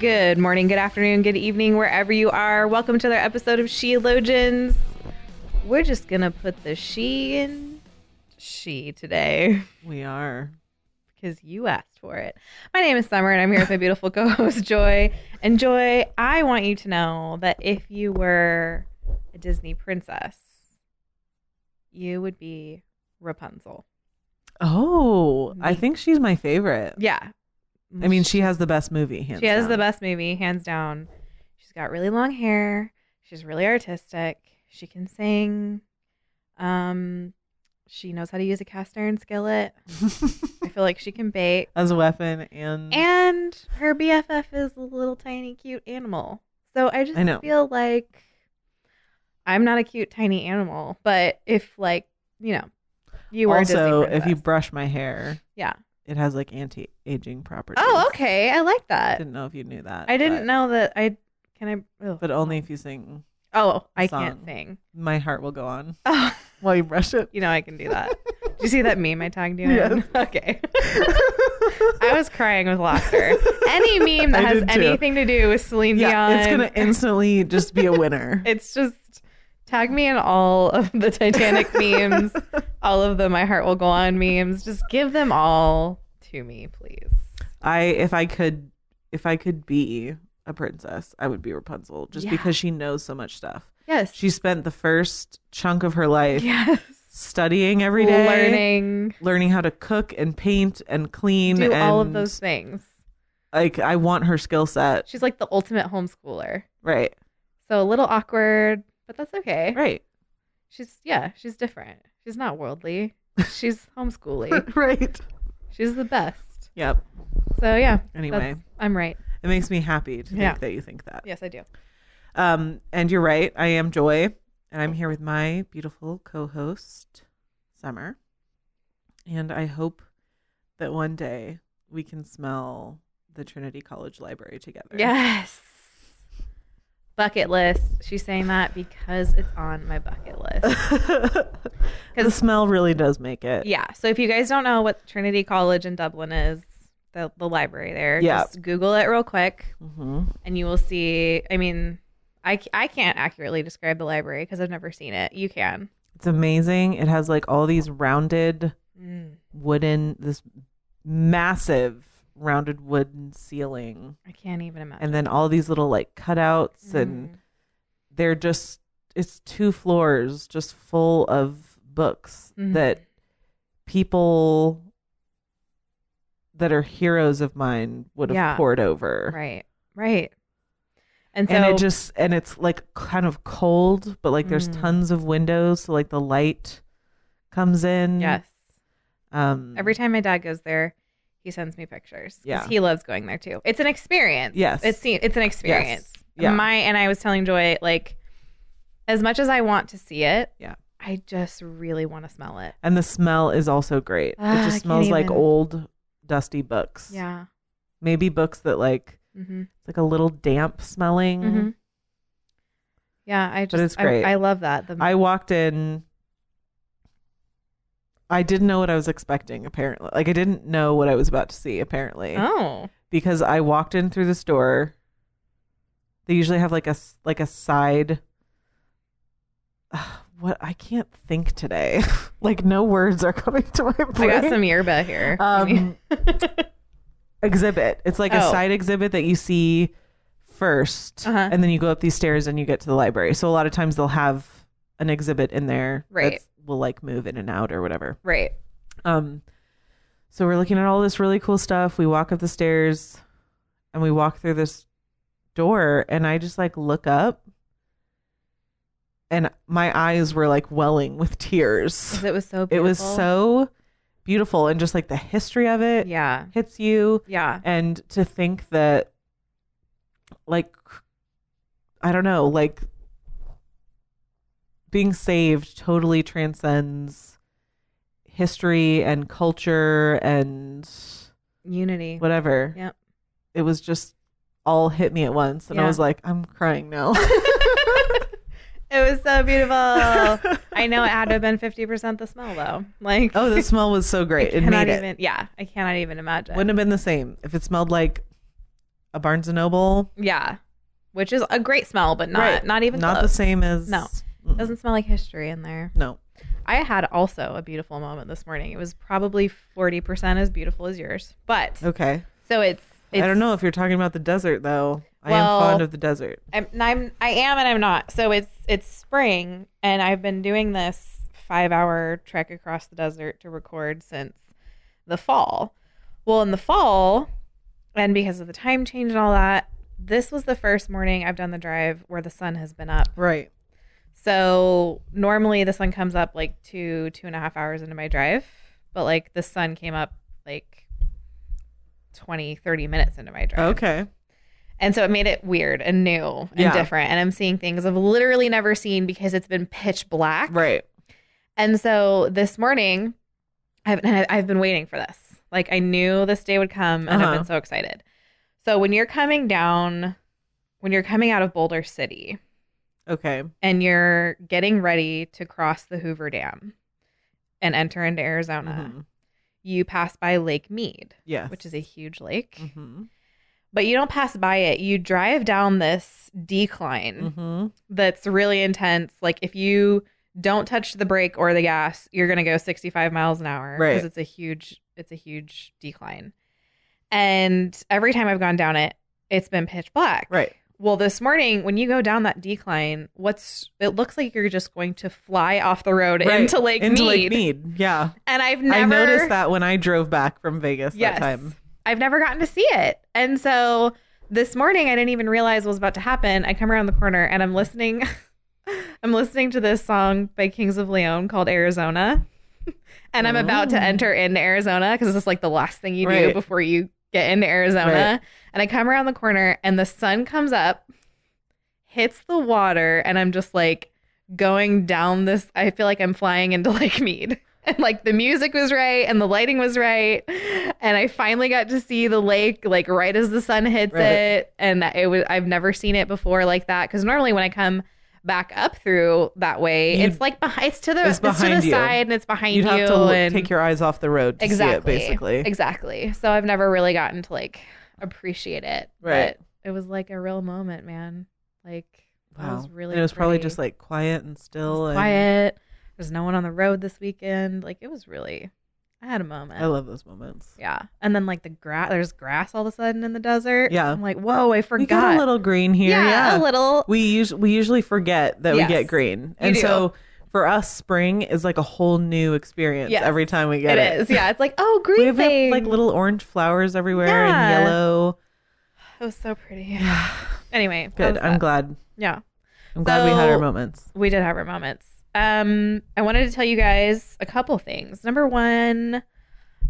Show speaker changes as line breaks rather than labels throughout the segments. Good morning, good afternoon, good evening, wherever you are. Welcome to another episode of Sheologians. We're just gonna put the she in she today
We are.
because you asked for it. My name is Summer, and I'm here with my beautiful co-host Joy. And Joy, I want you to know that if you were a Disney princess, you would be Rapunzel.
Oh, I
Me.
think she's my favorite.
Yeah,
I mean, she has the best movie. Hands
She has the
down.
best movie, hands down. She's got really long hair. She's really artistic. She can sing. Um, she knows how to use a cast iron skillet. I feel like she can bake.
as a weapon and,
And her BFF is a little tiny cute animal. So I just
I know.
feel like I'm not a cute tiny animal, but if like you know, you were a Disney
also if you
princess.
brush my hair,
yeah.
it has like anti-aging properties.
Oh, okay. I like
I
that.
didn't know if you knew that.
I didn't
but-
know that. I can I. ugh.
But only if you sing
Oh, I
song.
can't sing.
"My Heart Will Go On"
Oh,
while you brush it.
you know I can do that. Did you see that meme I tagged you in?
Yes.
Okay. I was crying with laughter. Any meme that
I
has
did too.
anything to do with Celine
yeah,
Dion,
it's gonna instantly just be a winner.
it's just tag me in all of the Titanic memes, all of the My Heart Will Go On memes. Just give them all to me, please.
I if I could if I could be a princess, I would be Rapunzel just
Yeah.
because she knows so much stuff.
Yes.
She spent the first chunk of her life
yes.
studying every day,
Learning,
learning how to cook and paint and clean
do all of
and,
those things.
Like I want her skill set.
She's like the ultimate homeschooler.
Right.
So a little awkward, but that's okay.
Right.
She's yeah, she's different. She's not worldly. She's homeschooly.
right.
She's the best.
Yep.
So yeah.
Anyway.
that's- I'm right.
It makes me happy to think
Yeah.
that you think that.
Yes, I do.
Um and you're right. I am Joy and I'm here with my beautiful co-host Summer. And I hope that one day we can smell the Trinity College library together.
Yes. Bucket list. She's saying that because it's on my bucket list.
the smell really does make it.
yeah. So if you guys don't know what Trinity College in Dublin is, the the library there,
Yeah.
just Google it real quick.
hmm
and you will see. I mean, I, c- I can't accurately describe the library because I've never seen it. You can.
It's amazing. It has like all these rounded Mm. wooden, this massive rounded wooden ceiling,
I can't even imagine. Mm.
and then all these little like cutouts,
Mm-hmm.
and they're just, it's two floors just full of books
Mhm.
that people that are heroes of mine would have
Yeah.
poured over.
right, right. And so
and it just and it's like kind of cold but like there's
Mm.
tons of windows so like the light comes in
yes,
um
every time my dad goes there, he sends me pictures. 'cause
Yeah.
he loves going there too. It's an experience.
Yes.
it's se- it's an experience.
Yeah.
My and I was telling Joy like, as much as I want to see it,
Yeah.
I just really want to smell it.
and the smell is also great
Ah, I
it
can't
just smells like
even.
old dusty books
Yeah.
maybe books that like
Mm-hmm.
it's like a little damp smelling
hmm Yeah, I just
it's
I-
great.
I, love that. The,
i walked in i didn't know what i was expecting apparently like i didn't know what i was about to see apparently
oh,
because I walked in through this door. They usually have like a s- like a side. Ugh, what I can't think today. like no words are coming to my
I
brain.
got some yerba here.
um, exhibit. It's like a
Oh.
side exhibit that you see 1st
Uh-huh.
and then you go up these stairs and you get to the library. So a lot of times they'll have an exhibit in there
Right.
that's- will like move in and out or whatever.
right.
Um, so we're looking at all this really cool stuff. We walk up the stairs and we walk through this door, and I just like look up, and my eyes were like welling with tears.
'Cause It was so
It
beautiful.
was so beautiful, and just like the history of it
Yeah.
hits you.
Yeah.
And to think that like I don't know, like being saved totally transcends history and culture and
Unity.
whatever.
Yep.
It was just all hit me at once and I
Yeah.
was like, I'm crying now.
It was so beautiful. I know it had to have been fifty percent the smell though. Like
oh, the smell was so
I
great. It
cannot
made it.
even, Yeah, I cannot even imagine.
Wouldn't have been the same if it smelled like a Barnes and Noble.
yeah, which is a great smell, but not
Right.
not even
Not the
close.
same as
No.
Mm-mm.
Doesn't smell like history in there.
no.
I had also a beautiful moment this morning. It was probably forty percent as beautiful as yours, but
Okay.
so it's. it's
I don't know if you're talking about the desert though. I am
Well-
fond of the desert.
I'm, and I'm I am and I'm not. So it's it's spring, and I've been doing this five hour trek across the desert to record since the fall. Well, in the fall, and because of the time change and all that, this was the first morning I've done the drive where the sun has been up.
Right.
So normally the sun comes up like two two and a half hours into my drive, but like the sun came up like 20 30 minutes into my drive.
Okay.
And so it made it weird and new and
Yeah.
different. And I'm seeing things I've literally never seen because it's been pitch black.
Right.
And so this morning, I've, and I- I've been waiting for this. Like I knew this day would come and I've
Uh-huh.
been so excited. So when you're coming down, when you're coming out of Boulder City
Okay.
and you're getting ready to cross the Hoover Dam and enter into Arizona,
Mhm.
you pass by Lake Mead,
Yes.
which is Mm-hmm. a huge lake.
hmm
But you don't pass by it. You drive down this decline
hmm
that's really intense. Like if you don't touch the brake or the gas, you're gonna go 65 miles an hour
Right.
it's a huge it's a huge decline. And every time I've gone down it, it's been pitch black.
Right.
Well, this morning when you go down that decline, what's it looks like you're just going to fly off the road
Right.
into Lake
Into
Mead.
Lake Mead. Yeah.
And I've never
I noticed that when I drove back from Vegas
Yes.
that time.
I've never gotten to see it. And so this morning I didn't even realize what was about to happen. I come around the corner and I'm listening I'm listening to this song by Kings of Leon called Arizona. and I'm about
Oh.
to enter into Arizona because this is like the last thing you do
Right.
before you get into Arizona. And I come around the corner and the sun comes up, hits the water, and I'm just like going down this I feel like I'm flying into Lake Mead. And like the music was right and the lighting was right. And I finally got to see the lake like right as the sun hits
Right.
it. And it was I've never seen it before like that. Cause normally when I come back up through that way,
You-
it's like behind it's to the it's,
It's
to
behind
the
you.
side and it's behind
You'd
you.
have to look-
and
take your eyes off the road to
exactly
see it, basically.
Exactly. So I've never really gotten to like appreciate it.
Right.
But it was like a real moment, man. Like it
Wow.
was really
and it was probably
pretty.
just like quiet and
It was
still. and
quiet. There's no one on the road this weekend. Like it was really I had a moment.
I love those moments.
yeah. And then like the grass there's grass all of a sudden in the desert.
Yeah.
I'm like, whoa, I forgot.
We got a little green here.
yeah,
Yeah.
a little
We usually we usually forget that
Yes.
we get green, and
do.
so for us, spring is like a whole new experience
Yes.
every time we get
it
it.
is. Yeah. It's like, oh green
We have
thing.
like little orange flowers everywhere
Yeah.
and yellow.
It was so pretty. anyway. that
Good.
was
I'm
that.
glad.
Yeah.
I'm glad we had
So-
our moments.
We did have our moments. Um, I wanted to tell you guys a couple things. Number one,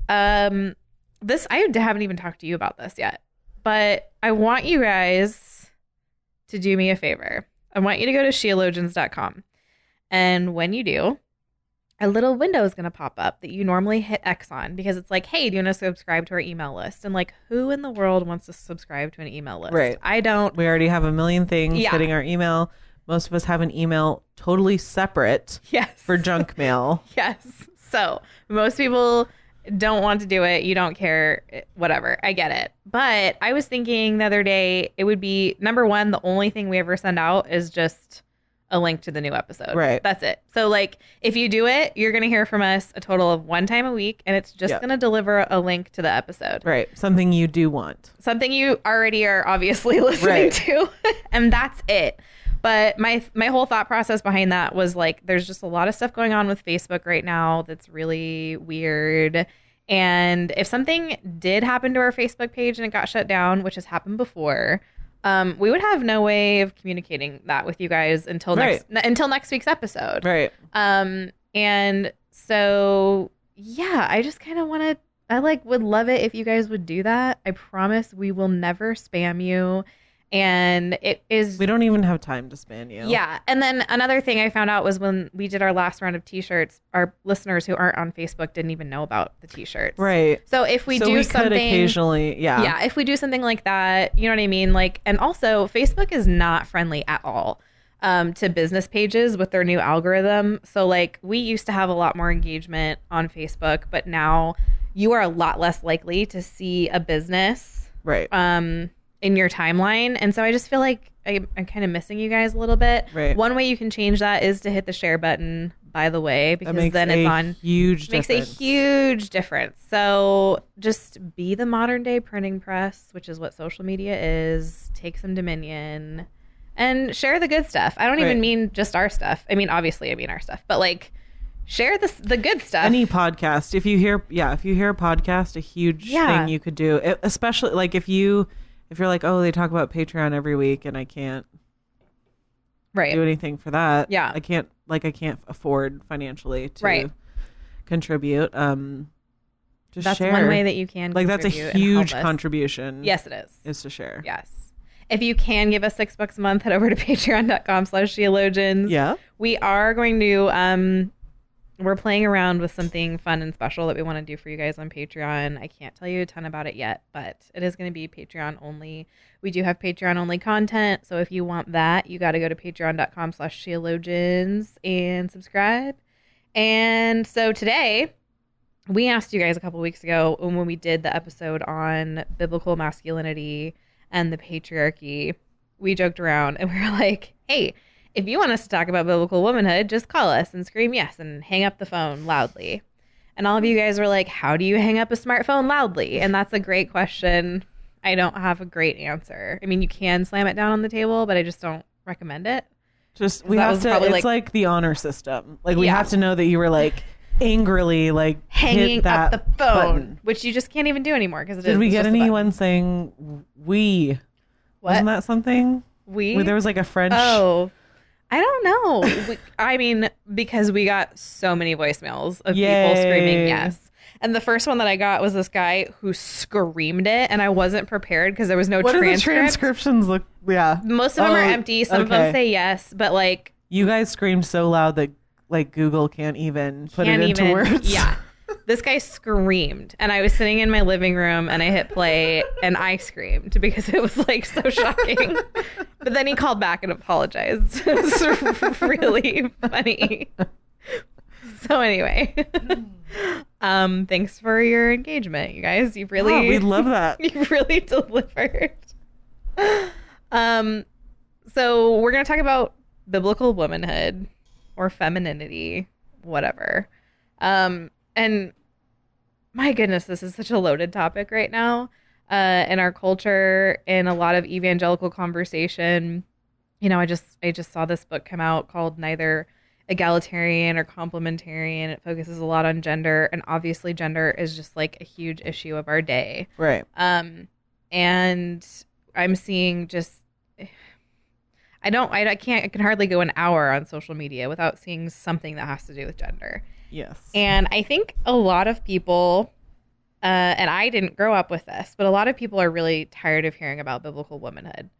um, this I haven't even talked to you about this yet, but I want you guys to do me a favor. I want you to go to sheologians.com. And when you do, a little window is going to pop up that you normally hit X on because it's like, hey, do you want to subscribe to our email list? And like, who in the world wants to subscribe to an email list?
Right.
I don't.
We already have a million things
Yeah.
hitting our email. Most of us have an email totally separate
Yes.
for junk mail.
Yes. So most people don't want to do it. You don't care. Whatever. I get it. But I was thinking the other day, it would be number one, the only thing we ever send out is just a link to the new episode.
Right.
That's it. So, like, if you do it, you're going to hear from us a total of one time a week, and it's just
Yeah.
going to deliver a link to the episode
Right. Something you do want.
something you already are obviously listening
Right.
to and that's it but my my whole thought process behind that was like there's just a lot of stuff going on with Facebook right now that's really weird and if something did happen to our Facebook page and it got shut down which has happened before um, we would have no way of communicating that with you guys until next n- until next week's episode
Right.
um, and so yeah, I just kind of want to. I like would love it if you guys would do that. I promise we will never spam you, and it is
We don't even have time to span you.
yeah. And then another thing I found out was when we did our last round of t-shirts, our listeners who aren't on Facebook didn't even know about the t-shirts.
Right.
So if we
so
do
we
something
could occasionally, yeah.
yeah, if we do something like that, you know what I mean? Like, and also Facebook is not friendly at all um, to business pages with their new algorithm. So, like, we used to have a lot more engagement on Facebook, but now you are a lot less likely to see a business
Right.
um, in your timeline. And so I just feel like I, I'm kind of missing you guys a little bit.
Right.
One way you can change that is to hit the share button, by the way,
that
because
makes
then
a
it's on
huge
makes a
difference.
huge difference. So just be the modern day printing press, which is what social media is. Take some dominion and share the good stuff. I don't
Right.
even mean just our stuff. I mean, obviously, I mean our stuff, but like share the the good stuff.
any podcast if you hear yeah if you hear a podcast a huge
Yeah.
thing you could do e- especially like if you if you're like oh they talk about patreon every week and i can't
right.
do anything for that
Yeah.
i can't like i can't afford financially to
Right.
contribute um just
That's
share
one way that you can
like that's a
contribute and help
huge
us.
contribution
Yes, it is.
is to share
Yes. If you can give us six bucks a month, head over to patreon.com slash theologians.
yeah
We are going to um we're playing around with something fun and special that we want to do for you guys on Patreon. I can't tell you a ton about it yet, but it is going to be Patreon only. We do have Patreon only content, so if you want that, you got to go to patreon.com slash theologians and subscribe. And so today, we asked you guys a couple weeks ago when we did the episode on biblical masculinity and the patriarchy. We joked around and we were like, hey, if you want us to talk about biblical womanhood, just call us and scream yes and hang up the phone loudly. And all of you guys were like, how do you hang up a smartphone loudly? And that's a great question. I don't have a great answer. I mean, you can slam it down on the table, but I just don't recommend it.
just we
that
have
was
to
probably,
it's
like-
like, the honor system like we
Yeah.
have to know that you were like angrily like
Hanging
hit that
up the phone,
button.
which you just can't even do anymore because it is.
Did we
it's
get
just a button.
anyone saying we?
What
Wasn't that something?
we?
Where there was like a French.
Oh, I don't know. we, I mean, because we got so many voicemails of people screaming
Yay.
yes. And the first one that I got was this guy who screamed it, and I wasn't prepared because there was no
what do the
transcript.
transcriptions look? Yeah,
Most of them are
Oh,
empty. Some of them
okay.
say yes, but like
you guys screamed so loud that like Google can't even put
can't
it into
even.
words.
Yeah. This guy screamed, and I was sitting in my living room, and I hit play, and I screamed because it was like so shocking. but then he called back and apologized. It was really funny. So anyway,
Hmm.
um, thanks for your engagement, you guys. You really,
Yeah, we love that.
you really delivered. Um, so we're gonna talk about biblical womanhood or femininity, whatever. Um, and my goodness, this is such a loaded topic right now uh, in our culture, in a lot of evangelical conversation. You know, I just I just saw this book come out called Neither Egalitarian or Complementarian. It focuses a lot on gender, and obviously, gender is just like a huge issue of our day.
Right.
Um, and I'm seeing just I don't I, I can't I can hardly go an hour on social media without seeing something that has to do with gender.
Yes.
And I think a lot of people, uh, and I didn't grow up with this, but a lot of people are really tired of hearing about biblical womanhood.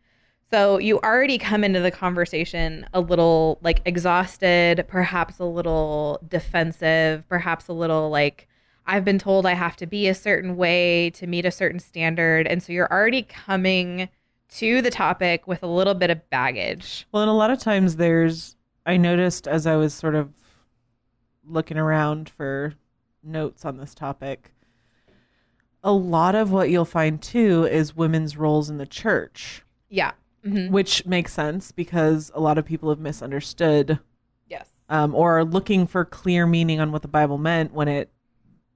So you already come into the conversation a little like exhausted, perhaps a little defensive, perhaps a little like, I've been told I have to be a certain way to meet a certain standard. And so you're already coming to the topic with a little bit of baggage.
Well, and a lot of times there's, I noticed as I was sort of looking around for notes on this topic, a lot of what you'll find too is women's roles in the church,
Yeah. Mhm.
which makes sense because a lot of people have misunderstood
Yes.
um, or are looking for clear meaning on what the Bible meant when it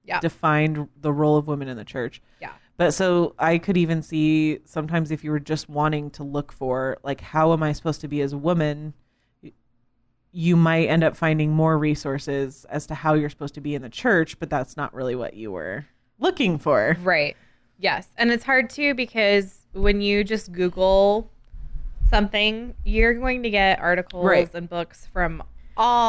Yeah.
defined the role of women in the church.
Yeah.
But so I could even see sometimes if you were just wanting to look for, like, how am I supposed to be as a woman? You might end up finding more resources as to how you're supposed to be in the church, but that's not really what you were looking for.
Right. Yes. And it's hard too because when you just Google something, you're going to get articles
Right.
and books from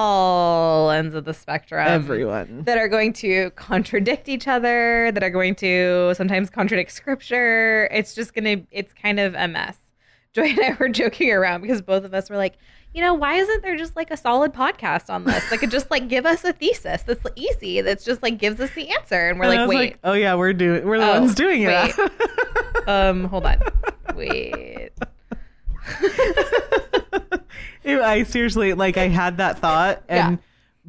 all ends of the spectrum.
Everyone.
That are going to contradict each other, that are going to sometimes contradict scripture. It's just going to, it's kind of a mess. Joy and I were joking around because both of us were like, you know, why isn't there just like a solid podcast on this that could just like give us a thesis that's easy, that's just like gives us the answer? And we're
And I
like,
was
wait,
oh yeah, we're doing, we're the
Oh,
ones doing it.
um, hold on, wait.
Ew, I seriously like I had that thought
Yeah.
and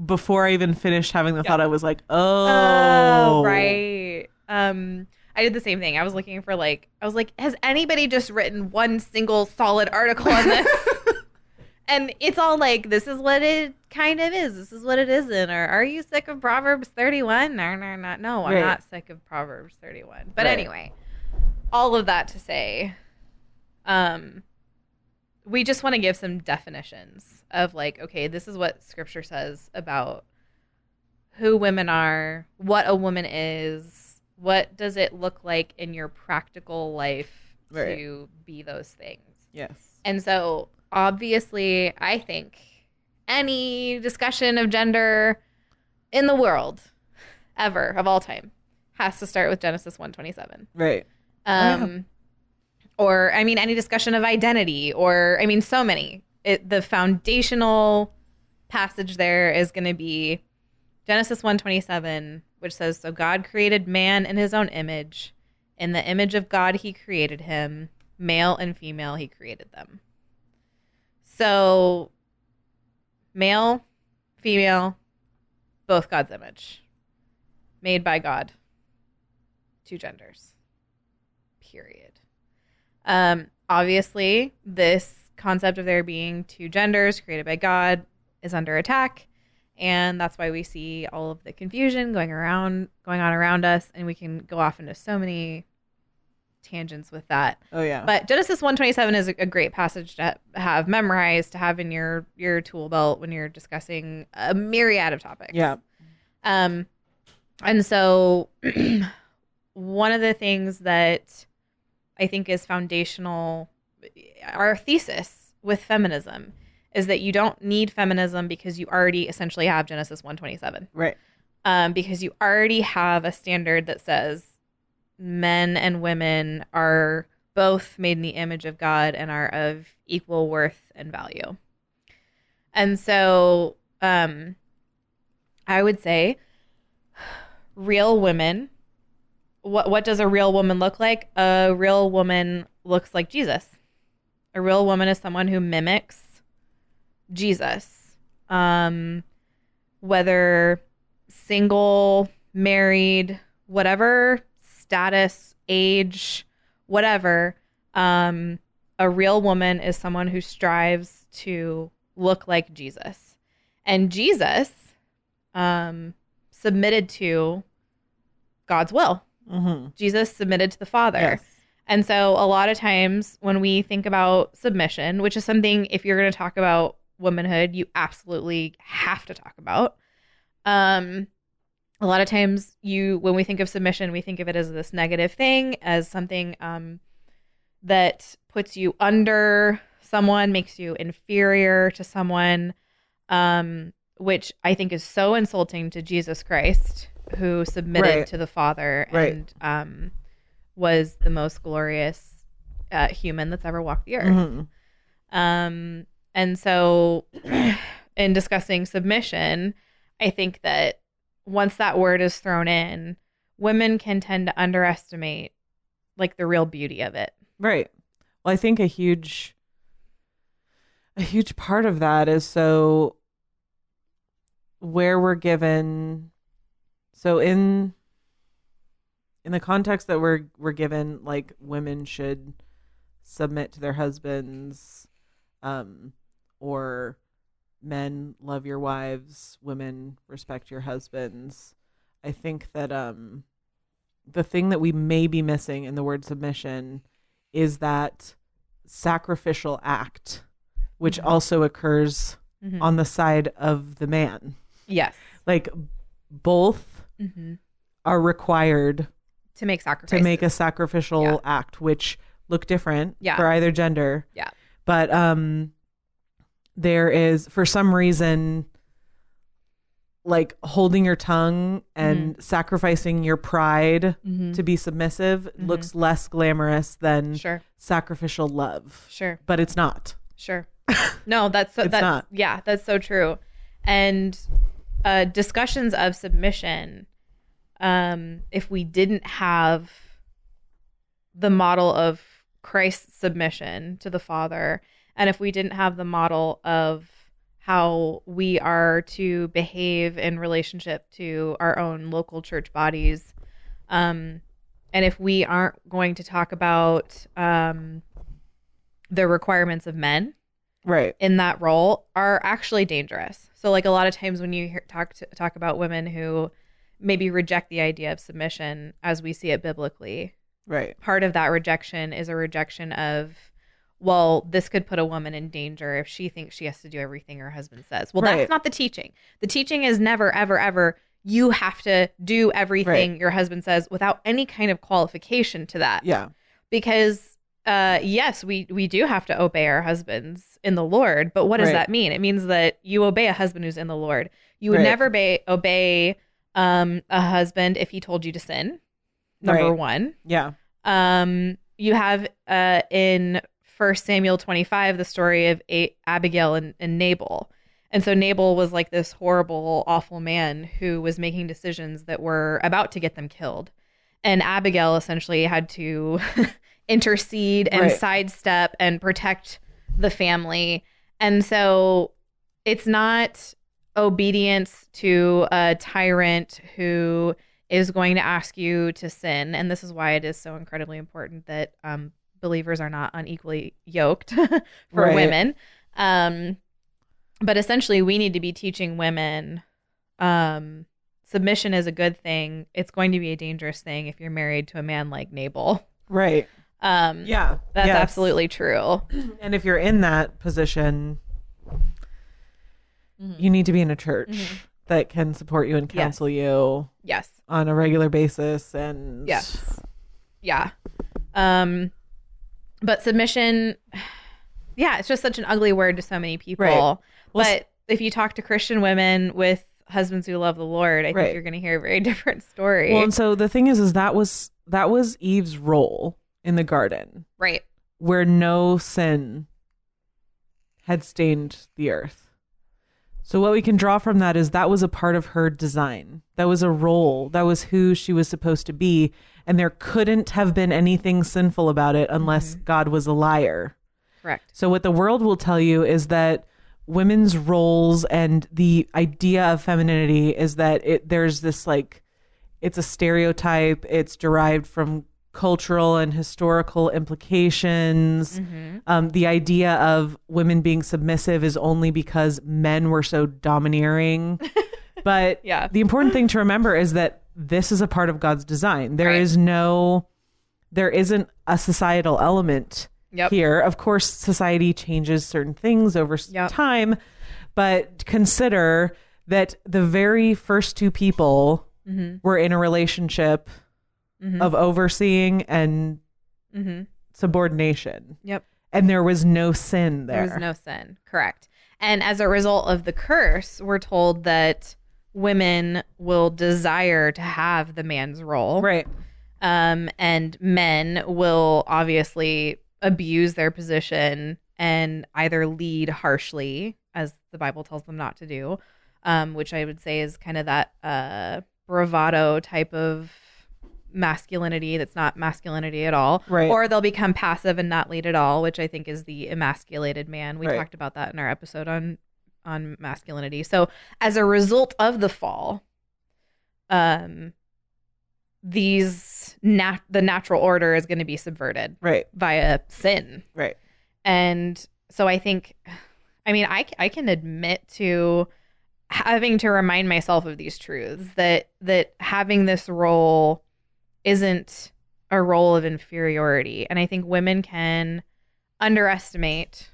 before I even finished having the thought I was like, "Oh,
Oh, right. Um, I did the same thing. I was looking for like, I was like, has anybody just written one single solid article on this? and it's all like, this is what it kind of is. This is what it isn't. Or are you sick of Proverbs 31? No, no, no, no. I'm
Right.
not sick of Proverbs 31. But
Right.
anyway, all of that to say, um, we just want to give some definitions of like, okay, this is what Scripture says about who women are, what a woman is, what does it look like in your practical life
Right.
to be those things.
Yes.
And so, obviously, I think any discussion of gender in the world ever of all time has to start with Genesis 127.
Right.
Um or I mean any discussion of identity or I mean so many. It, the foundational passage there is going to be Genesis 1:27 which says so God created man in his own image in the image of God he created him male and female he created them. So male, female, both God's image. Made by God. Two genders period. Um, obviously, this concept of there being two genders created by God is under attack, and that's why we see all of the confusion going around, going on around us, and we can go off into so many tangents with that.
Oh yeah.
But Genesis one twenty seven is a a great passage to ha- have memorized, to have in your your tool belt when you're discussing a myriad of topics.
yeah.
Um, and so one of the things that I think is foundational, our thesis with feminism is that you don't need feminism because you already essentially have Genesis 127
Right.
um, because you already have a standard that says men and women are both made in the image of God and are of equal worth and value. And so um, I would say real women. What, what does a real woman look like? A real woman looks like Jesus. A real woman is someone who mimics Jesus. Um, whether single, married, whatever status, age, whatever, um, a real woman is someone who strives to look like Jesus. And Jesus um, submitted to God's will,
Mm-hmm.
Jesus submitted to the Father. And so a lot of times when we think about submission, which is something if you're going to talk about womanhood, you absolutely have to talk about. Um a lot of times you when we think of submission, we think of it as this negative thing, as something um that puts you under someone, makes you inferior to someone. Um which I think is so insulting to Jesus Christ, who submitted
Right.
to the Father
Right.
and um was the most glorious uh, human that's ever walked the earth.
Mhm.
Um, and so, in discussing submission, I think that once that word is thrown in, women can tend to underestimate like the real beauty of it.
Right. Well, I think a huge a huge part of that is so where we're given so in in the context that we're we're given like women should submit to their husbands um or men love your wives, women respect your husbands. I think that um the thing that we may be missing in the word submission is that sacrificial act, which
Mhm.
also occurs
Mhm.
on the side of the man.
Yes.
Like both
hmm
are required
To make
Mm-hmm. to
sacrifices.
make a sacrificial
Yeah.
act, which look different
Yeah.
for either gender.
Yeah.
But um, there is, for some reason, like holding your tongue and
Mm-hmm.
sacrificing your pride to be submissive looks less glamorous than
Mm-hmm. Sure.
sacrificial love.
Sure.
But it's not.
Sure. No, that's so,
It's
that's
not.
yeah, that's so true. And uh, discussions of submission, um, if we didn't have the model of Christ's submission to the Father, and if we didn't have the model of how we are to behave in relationship to our own local church bodies, um, and if we aren't going to talk about um, the requirements of men
Right.
in that role are actually dangerous. So like a lot of times when you hear, talk to, talk about women who maybe reject the idea of submission as we see it biblically,
Right.
part of that rejection is a rejection of well, this could put a woman in danger if she thinks she has to do everything her husband says. Well,
Right.
that's not the teaching. The teaching is never ever ever you have to do everything your husband says without any kind of qualification to that
Yeah.
because uh yes we we do have to obey our husbands in the lord but what does
Right.
that mean it means that you obey a husband who's in the lord you would
Right.
never obey, obey um a husband if he told you to sin number
Right.
one
Yeah.
um you have uh in first samuel 25 the story of A- abigail and, and nabal and so nabal was like this horrible awful man who was making decisions that were about to get them killed and abigail essentially had to intercede and
Right.
sidestep and protect the family and so it's not obedience to a tyrant who is going to ask you to sin. And this is why it is so incredibly important that um, believers are not unequally yoked for
Right.
women. Um, but essentially, we need to be teaching women um, submission is a good thing. It's going to be a dangerous thing if you're married to a man like Nabal.
Right.
Um,
Yeah.
That's
Yes.
absolutely true.
And if you're in that position, you need to be in a church
Mhm.
that can support you and
Mm-hmm. Yes.
counsel you
Yes.
on a regular basis and
Yes. Yeah. Um but submission yeah, it's just such an ugly word to so many people.
Right. Well,
but if you talk to Christian women with husbands who love the Lord, I
Right.
think you're going to hear a very different story.
Well, and so the thing is is that was that was Eve's role in the garden
right.
where no sin had stained the earth. So what we can draw from that is that was a part of her design. That was a role. That was who she was supposed to be and there couldn't have been anything sinful about it unless God was a liar.
Correct.
So what the world will tell you is that women's roles and the idea of femininity is that it there's this like it's a stereotype, it's derived from cultural and historical implications.
Mm-hmm.
Um, the idea of women being submissive is only because men were so domineering. but
Yeah.
the important thing to remember is that this is a part of God's design. There is
Right.
no there isn't a societal element
Yep.
here. Of course, society changes certain things over s-
Yep.
time, but consider that the very first two people
Mm-hmm.
were in a relationship of overseeing and
Mhm.
subordination,
Yep.
and there was no sin there.
There was no sin. Correct. And as a result of the curse, we're told that women will desire to have the man's role.
right,
um, and men will obviously abuse their position and either lead harshly, as the Bible tells them not to do, um, which I would say is kind of that uh, bravado type of masculinity that's not masculinity at all,
Right.
or they'll become passive and not lead at all, which I think is the emasculated man. We
Right.
talked about that in our episode on on masculinity. So as a result of the fall, um, these nat- the natural order is going to be subverted
right,
via sin.
right,
And so I think, I mean, I, c- I can admit to having to remind myself of these truths that that having this role isn't a role of inferiority. And I think women can underestimate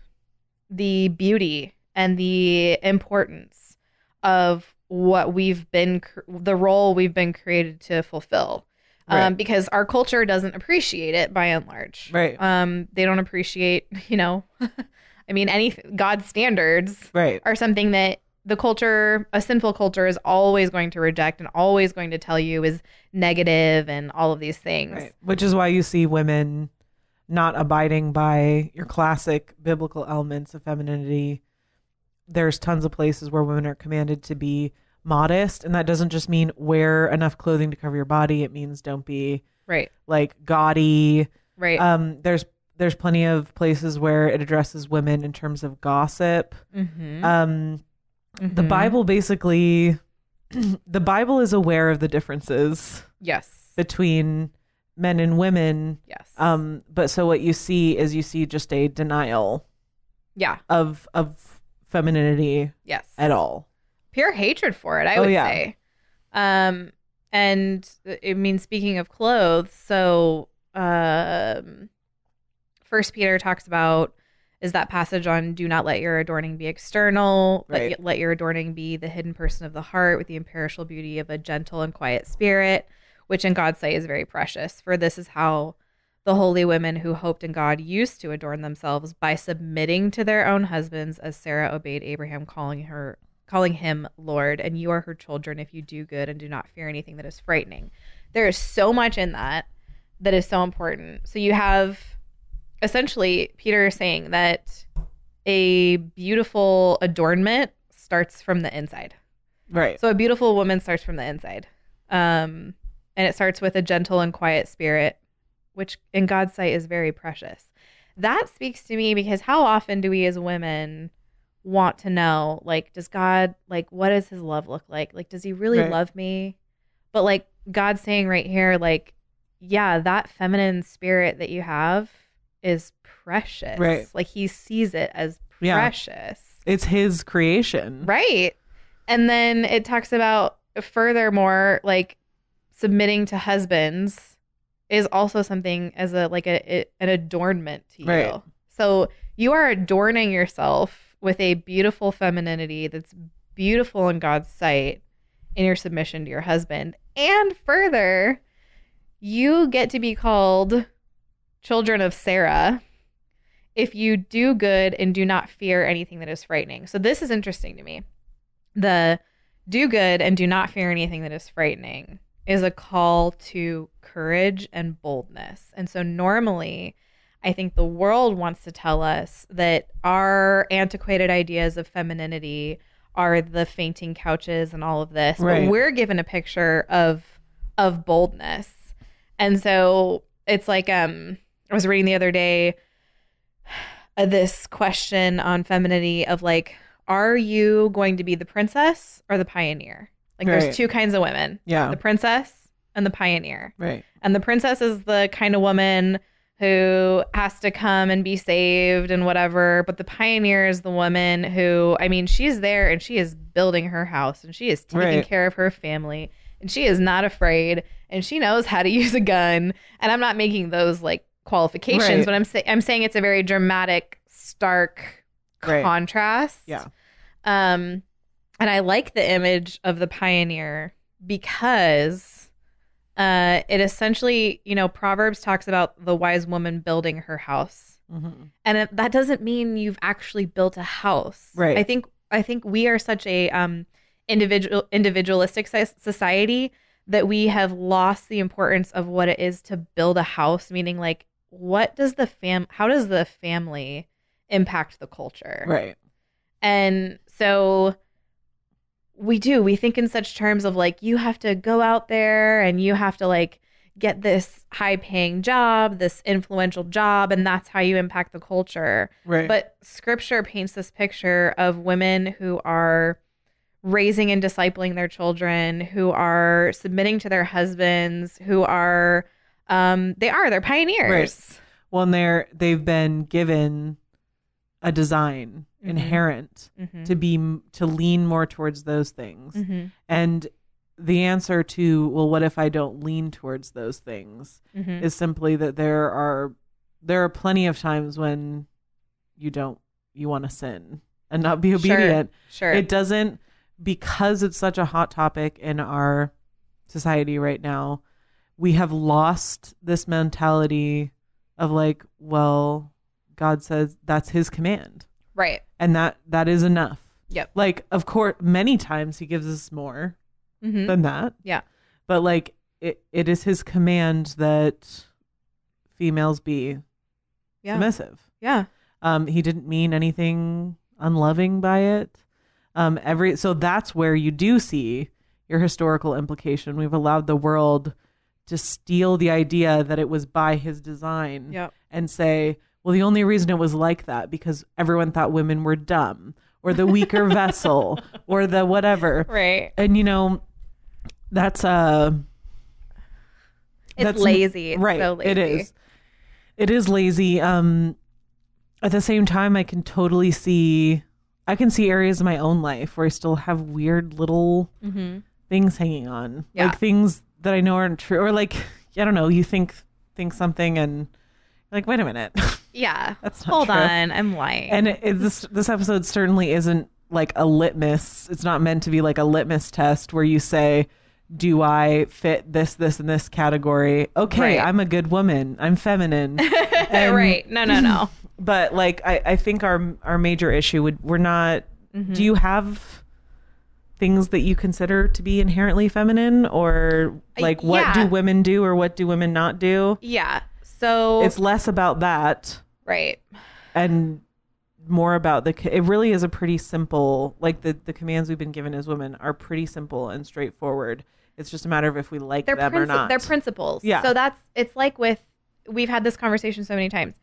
the beauty and the importance of what we've been cr- the role we've been created to fulfill um,
Right.
because our culture doesn't appreciate it by and large
Right.
um they don't appreciate you know i mean any god's standards
right,
are something that the culture, a sinful culture, is always going to reject and always going to tell you is negative and all of these things.
Right. Which is why you see women not abiding by your classic biblical elements of femininity. There's tons of places where women are commanded to be modest, and that doesn't just mean wear enough clothing to cover your body. It means don't be
Right.
like gaudy.
Right.
Um, there's there's plenty of places where it addresses women in terms of gossip.
mm-hmm.
Um, the Bible basically, the Bible is aware of the differences
Yes.
between men and women.
yes.
Um, but so what you see is you see just a denial
yeah.
of of femininity
Yes.
at all.
pure hatred for it. I
Oh,
would
yeah.
say. Um, and uh, I mean, speaking of clothes, so um, First Peter talks about is that passage on "Do not let your adorning be external, but
Right.
yet let your adorning be the hidden person of the heart with the imperishable beauty of a gentle and quiet spirit, which in God's sight is very precious. For this is how." The holy women who hoped in God used to adorn themselves by submitting to their own husbands, as Sarah obeyed Abraham, calling her calling him Lord, and you are her children if you do good and do not fear anything that is frightening. There is so much in that that is so important. So you have essentially Peter saying that a beautiful adornment starts from the inside.
Right.
So a beautiful woman starts from the inside. Um, and it starts with a gentle and quiet spirit, which in God's sight is very precious. That speaks to me because how often do we as women want to know, like, does God, like, what does his love look like? Like, does he really
Right.
love me? But like God's saying right here, like, yeah, that feminine spirit that you have is precious.
Right.
Like he sees it as
Yeah.
precious.
it's his creation.
Right. And then it talks about furthermore, like submitting to husbands is also something as a like a, a- an adornment to you.
Right.
So you are adorning yourself with a beautiful femininity that's beautiful in God's sight in your submission to your husband. And further, you get to be called children of Sarah if you do good and do not fear anything that is frightening. So this is interesting to me. The do good and do not fear anything that is frightening is a call to courage and boldness. And so normally I think the world wants to tell us that our antiquated ideas of femininity are the fainting couches and all of this.
Right.
But we're given a picture of of boldness. And so it's like um I was reading the other day uh, this question on femininity of like are you going to be the princess or the pioneer? Like
Right.
there's two kinds of women,
Yeah.
the princess and the pioneer.
Right.
And the princess is the kind of woman who has to come and be saved and whatever. But the pioneer is the woman who, I mean, she's there and she is building her house and she is taking
Right.
care of her family and she is not afraid and she knows how to use a gun. And I'm not making those like qualifications,
Right.
but I'm saying I'm saying it's a very dramatic, stark
Right.
contrast.
Yeah.
Um, and I like the image of the pioneer because uh, it essentially, you know, Proverbs talks about the wise woman building her house,
Mm-hmm.
and it, that doesn't mean you've actually built a house.
Right.
I think I think we are such a um, individual individualistic soc- society that we have lost the importance of what it is to build a house. Meaning, like, what does the fam? How does the family impact the culture?
Right.
And so we do. We think in such terms of like, you have to go out there and you have to like get this high paying job, this influential job, and that's how you impact the culture.
Right.
But scripture paints this picture of women who are raising and discipling their children, who are submitting to their husbands, who are, um, they are, they're pioneers.
well, and they're they've been given a design
Mhm.
inherent
hmm
to be m- to lean more towards those things.
hmm
And the answer to well, what if I don't lean towards those things
hmm
is simply that there are there are plenty of times when you don't you want to sin and not be
Sure.
obedient.
Sure.
It doesn't because it's such a hot topic in our society right now. We have lost this mentality of like, well, God says that's his command
right.
and that that is enough.
Yep.
Like, of course, many times he gives us more
Mm-hmm.
than that.
Yeah.
But like, it, it is his command that females be
Yeah.
submissive.
Yeah.
Um, he didn't mean anything unloving by it. Um, every so that's where you do see your historical implication. We've allowed the world to steal the idea that it was by his design
Yep.
and say, well, the only reason it was like that because everyone thought women were dumb or the weaker vessel or the whatever.
Right.
And you know, that's uh
It's
that's-
lazy. It's
right
So lazy.
it is it is lazy um at the same time i can totally see i can see areas of my own life where i still have weird little
Mm-hmm.
things hanging on
Yeah.
like things that i know aren't true or like i don't know you think think something and like wait a minute
Yeah.
That's not
Hold
true.
on. I'm lying.
and it, it- this this episode certainly isn't like a litmus it's not meant to be like a litmus test where you say do i fit this this and this category okay
Right.
i'm a good woman i'm feminine and-
right. No. No. No.
but like I, I think our our major issue would we're not
Mm-hmm.
do you have things that you consider to be inherently feminine or
Uh,
like what
yeah.
do women do or what do women not do
yeah. So
it's less about that
right.
and more about the c- it really is a pretty simple like the the commands we've been given as women are pretty simple and straightforward it's just a matter of if we like
They're
them or
princi-
not
They're principles.
Yeah.
So that's it's like with we've had this conversation so many times.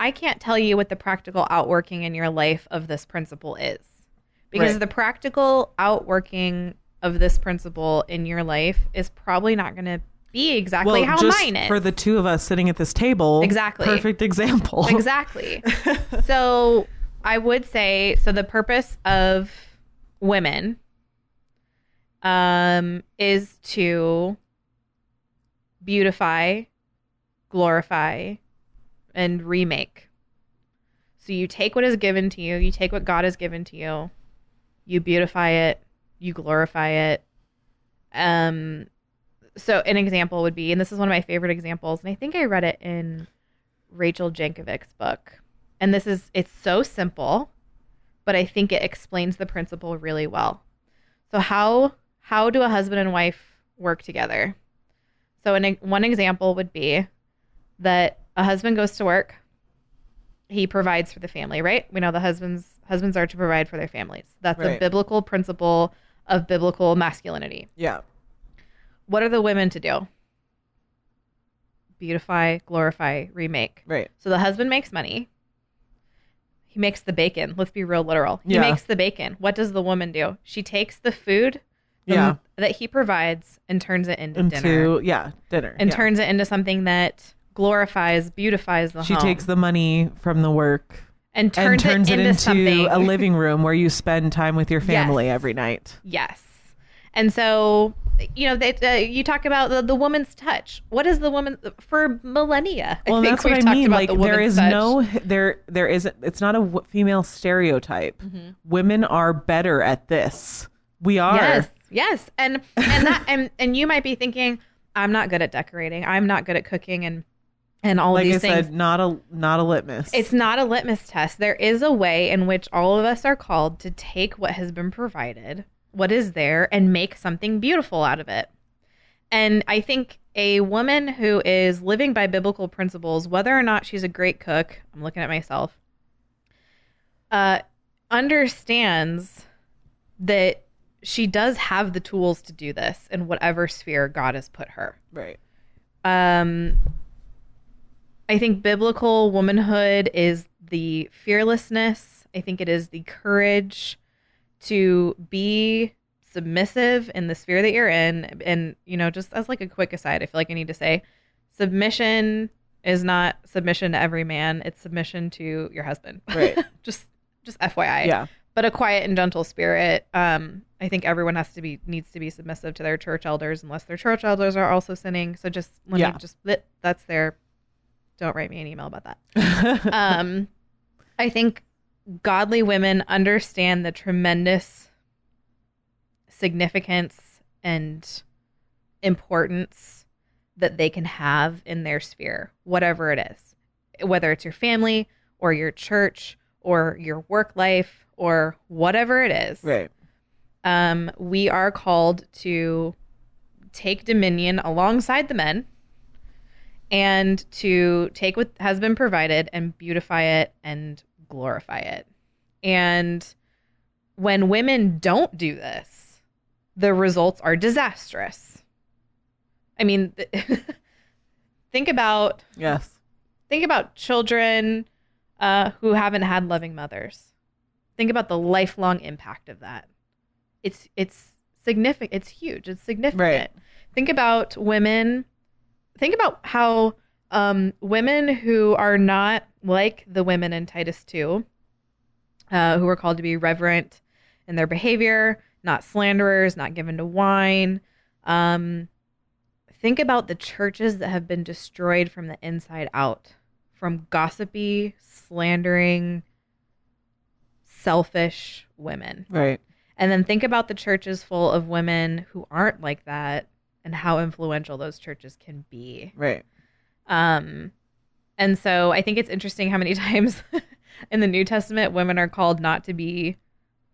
I can't tell you what the practical outworking in your life of this principle is. Because
Right.
the practical outworking of this principle in your life is probably not going to be exactly
well,
how
just
mine is.
for the two of us sitting at this table
Exactly.
perfect example
Exactly. so I would say so the purpose of women um is to beautify, glorify and remake. So you take what is given to you, you take what God has given to you, you beautify it, you glorify it. Um so an example would be and this is one of my favorite examples and I think I read it in Rachel Jankovic's book. And this is it's so simple, but I think it explains the principle really well. So how how do a husband and wife work together? So an, one example would be that a husband goes to work, he provides for the family, right? We know the husbands husbands are to provide for their families. That's a
Right.
biblical principle of biblical masculinity.
yeah
What are the women to do? Beautify, glorify, remake.
right
So the husband makes money. He makes the bacon. Let's be real literal. He
Yeah.
makes the bacon. What does the woman do? She takes the food the-
yeah
that he provides and turns it into,
into
dinner.
yeah dinner
And
yeah.
turns it into something that glorifies, beautifies the
she
home.
takes the money from the work
and turns,
and turns
it,
it,
into, something.
a living room where you spend time with your family
Yes.
every night
Yes. And so, you know, they, uh, you talk about the, the woman's touch. What is the woman for millennia?
well
I think
that's what
we've
i
talked
mean
about
like
the
there
woman's
is
touch.
no there there isn't it's not a w- female stereotype
Mm-hmm.
women are better at this we are
Yes, yes, and and that and and you might be thinking, I'm not good at decorating. I'm not good at cooking, and and all
like
these
i
things.
said not a not a litmus
It's not a litmus test. There is a way in which all of us are called to take what has been provided, what is there, and make something beautiful out of it. And I think a woman who is living by biblical principles, whether or not she's a great cook, I'm looking at myself, uh, understands that she does have the tools to do this in whatever sphere God has put her
right
um i think biblical womanhood is the fearlessness i think it is the courage to be submissive in the sphere that you're in and you know just as like a quick aside i feel like i need to say submission is not submission to every man it's submission to your husband
Right.
just just fyi
yeah
but a quiet and gentle spirit. Um, I think everyone has to be needs to be submissive to their church elders, unless their church elders are also sinning. So just let
Yeah.
me just that, that's their. Don't write me an email about that. Um, I think godly women understand the tremendous significance and importance that they can have in their sphere, whatever it is, whether it's your family or your church or your work life or whatever it is,
Right.
um, we are called to take dominion alongside the men and to take what has been provided and beautify it and glorify it. And when women don't do this, the results are disastrous. I mean, th- think about
Yes.
think about children uh, who haven't had loving mothers. Think about the lifelong impact of that. It's it's significant. It's huge. It's significant.
Right.
Think about women. Think about how um, women who are not like the women in Titus two, uh, who are called to be reverent in their behavior, not slanderers, not given to wine. Um, think about the churches that have been destroyed from the inside out from gossipy, slandering, selfish women.
Right.
And then think about the churches full of women who aren't like that and how influential those churches can be.
Right.
Um, and so I think it's interesting how many times in the New Testament women are called not to be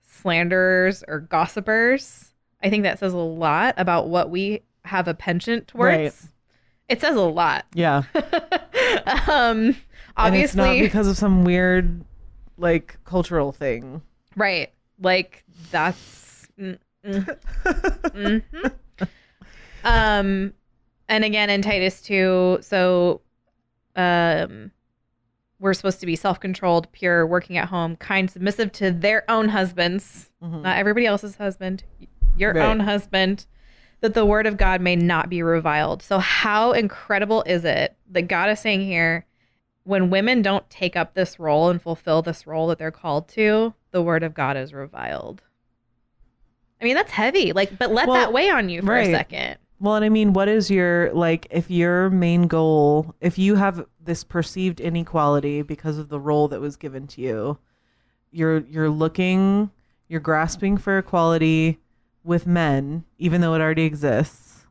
slanderers or gossipers. I think that says a lot about what we have a penchant towards.
Right.
It says a lot.
Yeah.
um,
And
obviously,
it's not because of some weird, like, cultural thing.
right? Like that's. mm, mm. Mhm. Um, and again in Titus two, so, um, we're supposed to be self-controlled, pure, working at home, kind, submissive to their own husbands,
Mhm.
not everybody else's husband, your
Right.
own husband. That the word of God may not be reviled. So, how incredible is it that God is saying here, when women don't take up this role and fulfill this role that they're called to, the word of God is reviled. I mean, that's heavy. Like, but let
Well,
that weigh on you for
right.
a second.
Well, and I mean, what is your like if your main goal, if you have this perceived inequality because of the role that was given to you, you're you're looking, you're grasping for equality with men even though it already exists.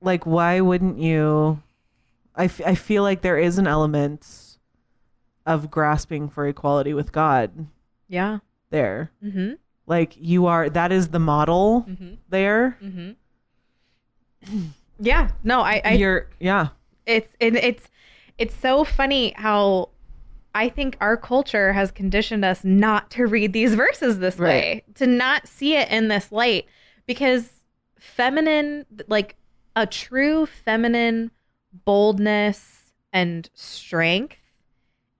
Like why wouldn't you I f- I feel like there is an element of grasping for equality with God
Yeah.
there.
Mm
Like you are that is the model
hmm. Mm
there.
hmm. Mm hmm. Yeah. Mm-hmm. No, I, I
you're yeah.
it's and it's it's so funny how I think our culture has conditioned us not to read these verses this way, to not see it in this light because feminine like a true feminine boldness and strength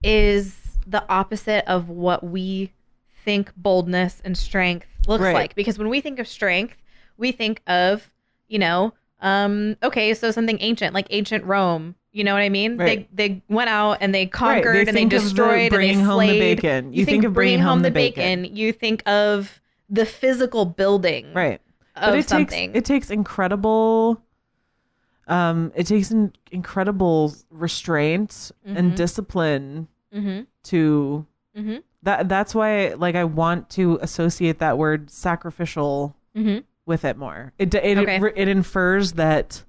is the opposite of what we think boldness and strength looks
Right.
like because when we think of strength we think of you know um okay so something ancient like ancient rome you know what i mean
Right.
they they went out and they
Right,
conquered and they
think of the
destroyed and they
bringing
slayed
home the bacon. You, think, of bringing home the bacon,
you think of the physical building
right?
of
it
something
takes it takes incredible, um, it takes an incredible restraint and
Mhm.
discipline
mm-hmm.
to
Mm-hmm.
that. That's why, like, I want to associate that word sacrificial
Mm-hmm.
with it more. It d- it
Okay.
it, it infers that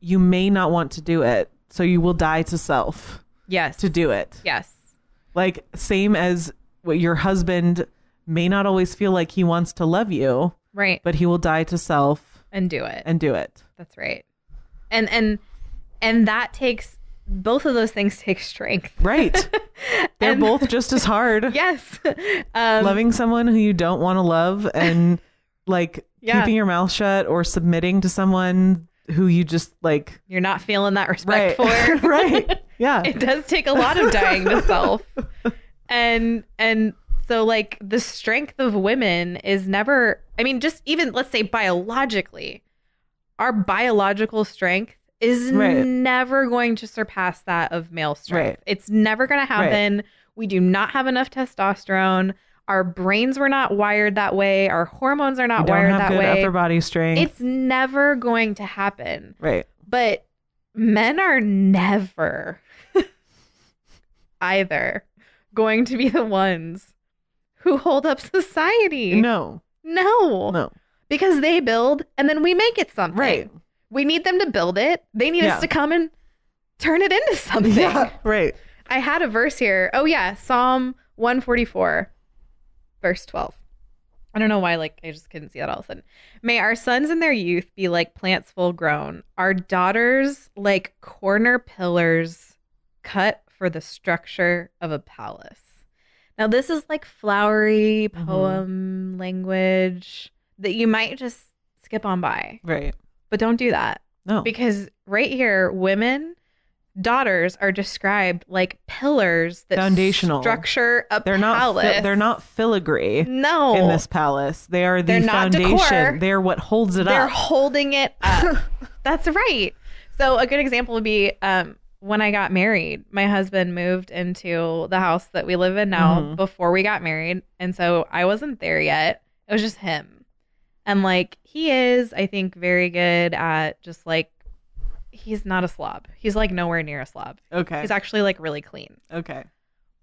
you may not want to do it, so you will die to self
yes
to do it.
yes
Like same as what your husband may not always feel like he wants to love you.
right
but he will die to self
and do it
and do it.
That's right. And and and that takes both of those things take strength.
Right. They're
And-
both just as hard.
Yes. Um,
Loving someone who you don't want to love and like
Yeah.
keeping your mouth shut or submitting to someone who you just like
You're not feeling that
right
respect for.
right. Yeah.
It does take a lot of dying to self. And and so like the strength of women is never I mean just even let's say biologically our biological strength is
Right.
never going to surpass that of male strength.
Right.
It's never going to happen. We do not have enough testosterone. Our brains were not wired that way. Our hormones are
You
not
don't
wired
have
that
good
way.
upper body strength.
It's never going to happen.
right.
But men are never either going to be the ones who hold up society.
No.
No.
No.
Because they build and then we make it something.
Right.
We need them to build it. They need
Yeah.
us to come and turn it into something.
Right.
I had a verse here. Oh yeah, Psalm 144. verse 12. I don't know why, like, I just couldn't see that all of a sudden. May our sons in their youth be like plants full grown, our daughters like corner pillars cut for the structure of a palace. Now, this is like flowery
Mhm.
poem language that you might just skip on by,
Right.
but don't do that
No.
because right here, women. Daughters are described like pillars that
Foundational.
structure a
they're not.
palace.
Fi- they're not filigree
no
in this palace. They are the
They're not
foundation.
decor.
They're what holds it
They're
up.
holding it up. That's right. So a good example would be um, when I got married. My husband moved into the house that we live in now
Mhm.
before we got married, and so I wasn't there yet. It was just him, and like he is, I think, very good at just like he's not a slob. He's like nowhere near a slob.
okay.
He's actually like really clean.
Okay.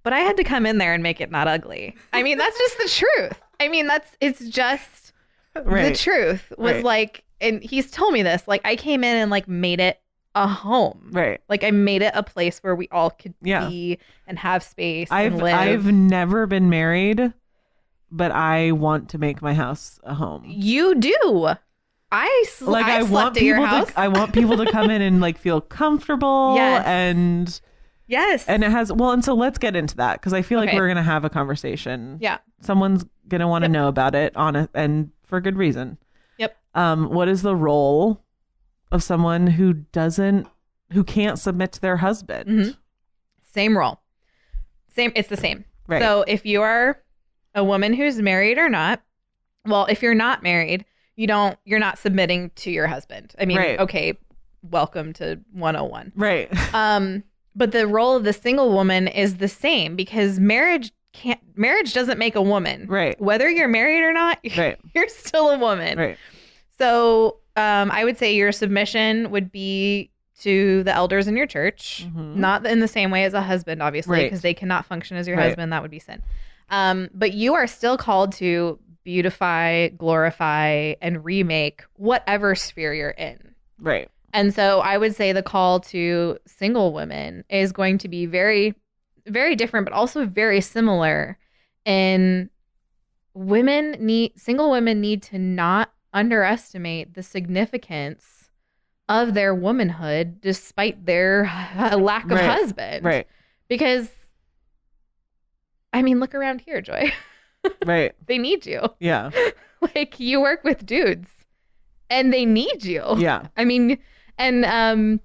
But I had to come in there and make it not ugly. I mean, that's just the truth. I mean, that's it's just
Right.
the truth was
Right.
like and he's told me this like i came in and like made it a home
Right.
like i made it a place where we all could
Yeah.
be and have space and
I've
live
I've never been married, but I want to make my house a home.
you do i sl-
Like
I,
I,
slept
want
at your
people
house
to I want people to come in and like feel comfortable
Yes.
and
yes
and it has well and so let's get into that because I feel like
Okay.
we're gonna have a conversation.
yeah
Someone's gonna want to
Yep.
know about it on a, and for good reason.
Yep.
Um, what is the role of someone who doesn't who can't submit to their husband?
Mhm. same role same it's the same
Right.
so if you are a woman who's married or not well if you're not married you don't you're not submitting to your husband i mean
Right.
okay welcome to 101
Right.
Um, but the role of the single woman is the same because marriage can't marriage doesn't make a woman.
Right.
Whether you're married or not,
Right.
you're still a woman.
Right.
So um, I would say your submission would be to the elders in your church,
Mhm.
not in the same way as a husband, obviously,
Right.
because they cannot function as your
Right.
husband. That would be sin. Um, but you are still called to beautify, glorify, and remake whatever sphere you're in.
Right.
And so I would say the call to single women is going to be very, very different, but also very similar. In women need single women need to not underestimate the significance of their womanhood despite their uh, lack of
Right.
husband.
Right.
Because I mean, look around here, Joy.
Right.
they need you.
Yeah.
Like you work with dudes and they need you.
Yeah.
I mean, and um,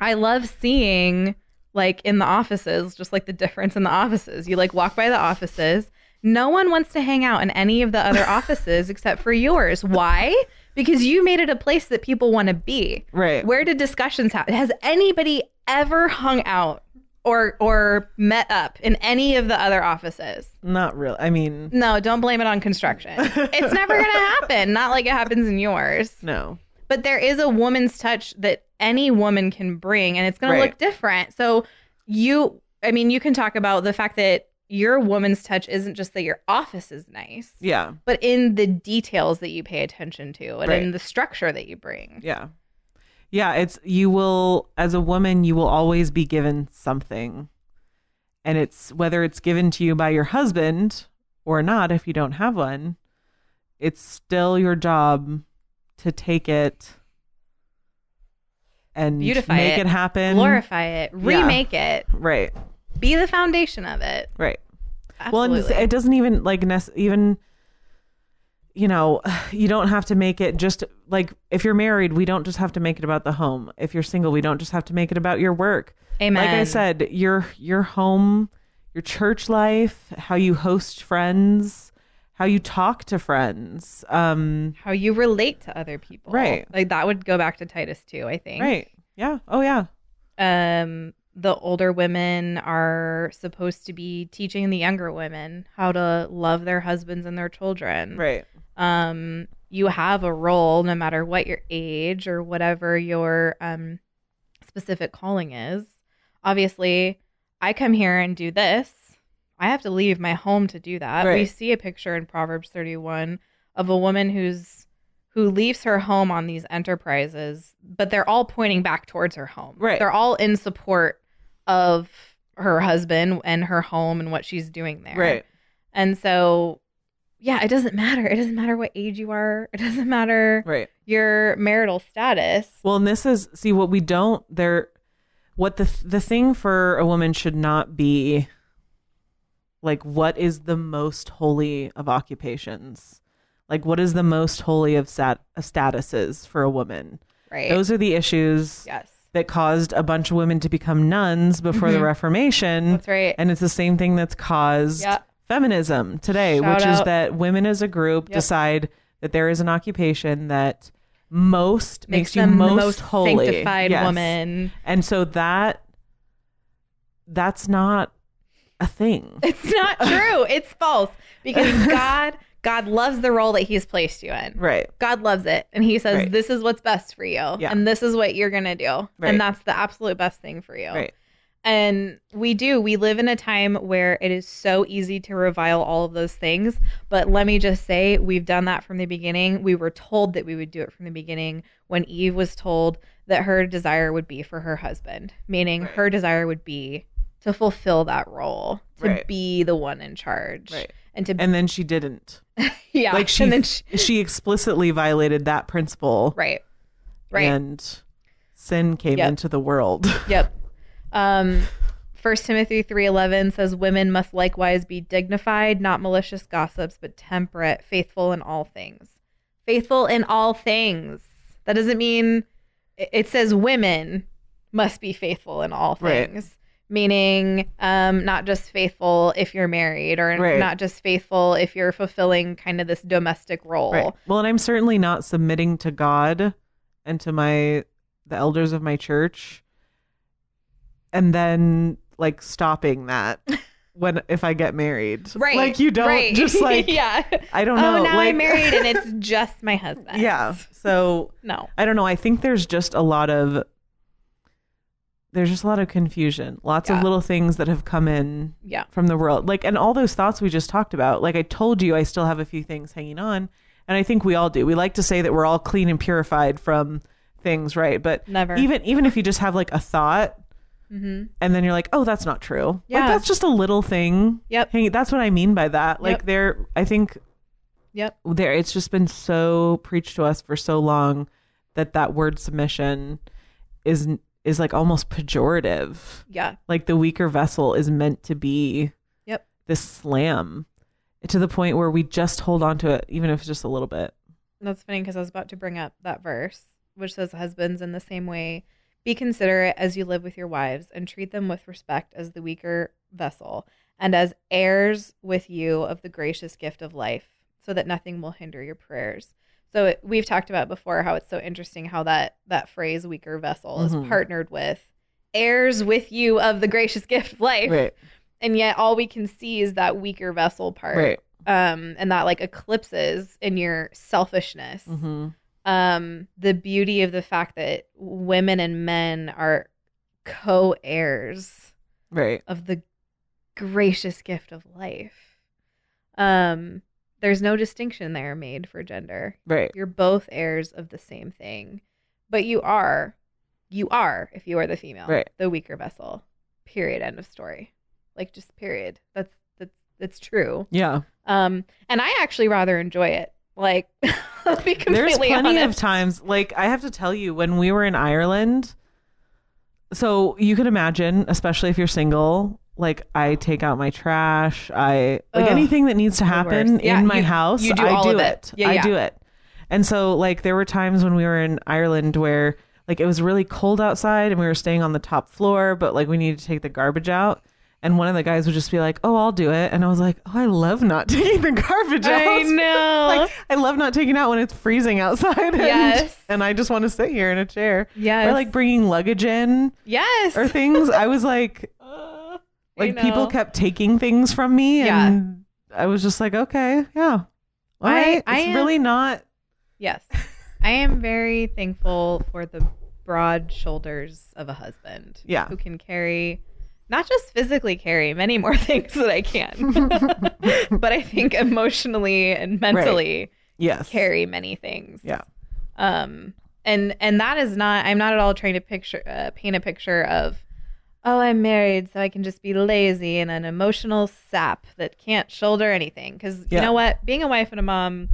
I love seeing like in the offices, just like the difference in the offices. You like walk by the offices. No one wants to hang out in any of the other offices except for yours. Why? Because you made it a place that people want to be.
Right.
Where did discussions happen? Has anybody ever hung out or or met up in any of the other offices?
Not real. I mean,
No, don't blame it on construction. it's never going to happen. Not like it happens in yours
no.
but there is a woman's touch that any woman can bring and it's going to
Right.
look different so you i mean you can talk about the fact that your woman's touch isn't just that your office is nice
Yeah.
but in the details that you pay attention to and in
Right.
the structure that you bring
Yeah. Yeah, it's you will as a woman you will always be given something. And it's whether it's given to you by your husband or not if you don't have one, it's still your job to take it and
Beautify
make
it.
it, happen.
glorify it remake it
Right.
be the foundation of it
Right.
Absolutely.
Well, and it doesn't even like nec- even you know, you don't have to make it just like if you're married, we don't just have to make it about the home. If you're single, we don't just have to make it about your work.
amen
Like I said, your your home, your church life, how you host friends, how you talk to friends. Um
how you relate to other people
Right.
like that would go back to titus too i think
right. Yeah. Oh yeah.
um the older women are supposed to be teaching the younger women how to love their husbands and their children
Right.
um you have a role no matter what your age or whatever your um specific calling is obviously i come here and do this i have to leave my home to do that we
Right.
see a picture in proverbs 31 of a woman who's who leaves her home on these enterprises but they're all pointing back towards her home
Right.
they're all in support of her husband and her home and what she's doing there
Right.
and so yeah, it doesn't matter. It doesn't matter what age you are. It doesn't matter
Right.
your marital status.
Well, and this is see what we don't there what the the thing for a woman should not be like what is the most holy of occupations? Like what is the most holy of stat, of statuses for a woman?
Right.
Those are the issues
yes.
that caused a bunch of women to become nuns before the Reformation.
That's right.
And it's the same thing that's caused
Yeah.
feminism today,
Shout
which is
out.
that women as a group
Yep.
decide that there is an occupation that most makes, you
them
most,
the most
holy.
sanctified
Yes.
woman.
And so that that's not a thing.
It's not true. it's false because God God loves the role that he's placed you in.
Right.
God loves it and he says
Right.
this is what's best for you
Yeah.
and this is what you're going to do
Right.
and that's the absolute best thing for you.
Right.
And we do. We live in a time where it is so easy to revile all of those things. But let me just say, we've done that from the beginning. We were told that we would do it from the beginning when Eve was told that her desire would be for her husband, meaning
Right.
her desire would be to fulfill that role, to
Right.
be the one in charge.
Right.
And to,
And then she didn't.
yeah.
Like she,
and then
she explicitly violated that principle.
right. Right.
And sin came
Yep.
into the world.
Yep. Um, 1 Timothy 3:11 says women must likewise be dignified, not malicious gossips, but temperate, faithful in all things. Faithful in all things. That doesn't mean it it says women must be faithful in all
Right.
things. Meaning, um, not just faithful if you're married, or
Right.
not just faithful if you're fulfilling kind of this domestic role.
Right. Well, and I'm certainly not submitting to God and to my the elders of my church and then like stopping that when if I get married.
Right.
Like you don't
right.
just like
yeah.
I don't know.
Oh, now
like,
I'm married and it's just my husband.
yeah. So
No.
I don't know. I think there's just a lot of there's just a lot of confusion. Lots of
Yeah.
little things that have come in
Yeah.
from the world. Like, and all those thoughts we just talked about. Like, I told you, I still have a few things hanging on. And I think we all do. We like to say that we're all clean and purified from things, right? But
Never.
Even even if you just have like a thought, and then you're like, "Oh, that's not true." Like
Yeah.
that's just a little thing.
Yep.
hanging- That's what I mean by that. Like
Yep.
there, I think
Yep.
there it's just been so preached to us for so long that that word submission is is like almost pejorative
Yeah.
like the weaker vessel is meant to be
Yep.
this slam to the point where we just hold on to it even if it's just a little bit
That's funny because I was about to bring up that verse, which says, Husbands, in the same way, be considerate as you live with your wives and treat them with respect as the weaker vessel and as heirs with you of the gracious gift of life, so that nothing will hinder your prayers. So it, we've talked about before how it's so interesting how that that phrase weaker vessel
Mhm.
is partnered with heirs with you of the gracious gift of life.
right
And yet all we can see is that weaker vessel part.
right
um, and that like eclipses in your selfishness
hmm
um, the beauty of the fact that women and men are co heirs
right
of the gracious gift of life. Um, there's no distinction there made for gender.
right
You're both heirs of the same thing, but you are, you are, if you are the female,
Right.
the weaker vessel. Period. End of story. Like just period. That's that's that's true.
yeah
Um, and I actually rather enjoy it. Like, I'll be
there's
completely
plenty
honest.
of times like i have to tell you when we were in ireland so you can imagine especially if you're single like i take out my trash i like
Ugh,
anything that needs to happen
worst. Yeah,
in my
you-
house
you do
i
all
do
of
it,
it. Yeah,
i
yeah.
do it and so like there were times when we were in ireland where like it was really cold outside and we were staying on the top floor but like we needed to take the garbage out and one of the guys would just be like, "Oh, I'll do it," and I was like, "Oh, I love not taking the garbage out."
I know.
like I love not taking out when it's freezing outside. And,
Yes.
And I just want to sit here in a chair.
Yes.
Or like bringing luggage in
yes.
or things. I was like, uh, like
know.
people kept taking things from me,
Yeah.
and I was just like, okay, yeah, all
I-
right.
I
it's
am-
really not.
yes. I am very thankful for the broad shoulders of a husband.
Yeah.
Who can carry, not just physically carry, many more things that I can, but I think emotionally and mentally.
Yes.
carry many things.
Yeah.
Um and and that is not I'm not at all trying to picture uh, paint a picture of oh, I'm married, so I can just be lazy and an emotional sap that can't shoulder anything. Because
Yeah.
you know what? Being a wife and a mom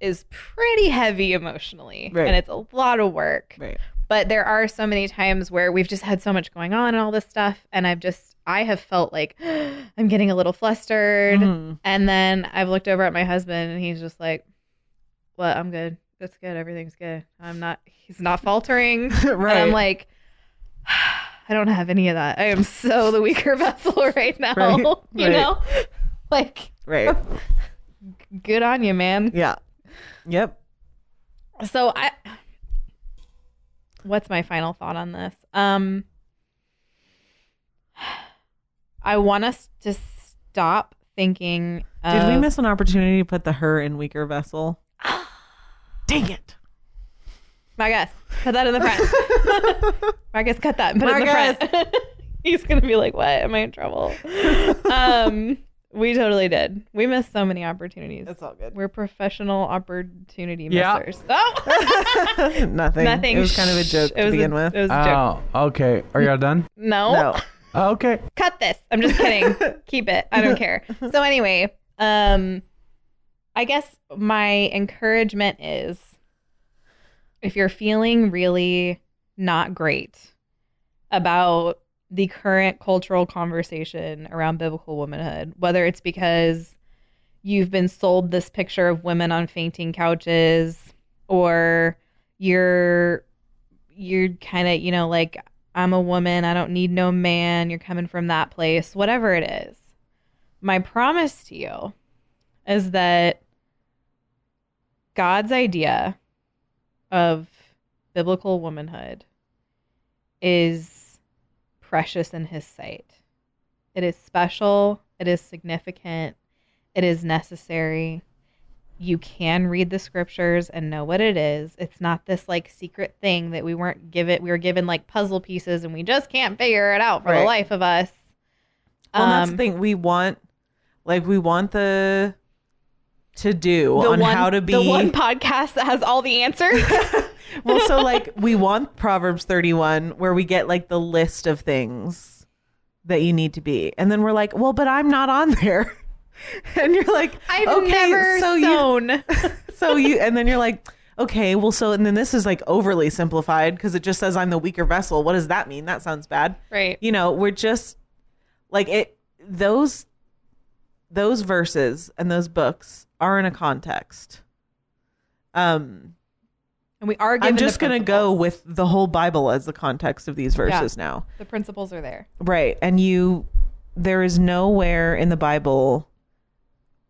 is pretty heavy emotionally,
Right.
and it's a lot of work.
Right.
But there are so many times where we've just had so much going on and all this stuff, and I've just, I have felt like I'm getting a little flustered.
Mhm.
And then I've looked over at my husband and he's just like, Well, I'm good. That's good. Everything's good. I'm not, he's not faltering.
right.
And I'm like, I don't have any of that. I am so the weaker vessel right now.
Right,
You
right.
know? Like,
right.
good on you, man.
Yeah. Yep.
So I What's my final thought on this? Um I want us to stop thinking
Did
of-
we miss an opportunity to put the her in weaker vessel? Dang it.
Marcus, cut that in the front. Marcus, cut that and put it in the front. He's gonna be like, "What? Am I in trouble?" um, we totally did. We missed so many opportunities.
That's all good.
We're professional opportunity
Yeah.
missers. Oh,
Nothing.
nothing.
It was kind of a
Shh.
joke
It
to
was a-
begin with.
It was a joke.
Oh, okay. Are y'all done? Oh,
No,
No.
Okay.
cut this. I'm just kidding. Keep it. I don't care. So anyway, um, I guess my encouragement is if you're feeling really not great about the current cultural conversation around biblical womanhood, whether it's because you've been sold this picture of women on fainting couches or you're you're kind of, you know, like I'm a woman, I don't need no man, you're coming from that place, whatever it is. My promise to you is that God's idea of biblical womanhood is precious in his sight. It is special, it is significant, it is necessary. You can read the scriptures and know what it is. It's not this like secret thing that we weren't given we were given like puzzle pieces and we just can't figure it out for the
Right.
life of us. Um,
Well, and that's the thing. We want, like, we want the to do on how to be.
the one podcast that has all the answers.
well, so like, we want Proverbs 31, where we get like the list of things that you need to be, and then we're like, well, but I'm not on there. And you're like,
I've
okay,
never
so you,
sewn.
so you, and then you're like, okay, well, so, and then this is like overly simplified because it just says I'm the weaker vessel. What does that mean? That sounds bad.
right.
you know we're just like it those those verses and those books are in a context um
And we are given
i'm
the
just gonna go
principles.
with the whole bible as the context of these verses now
the principles are there.
right and you there is nowhere in the bible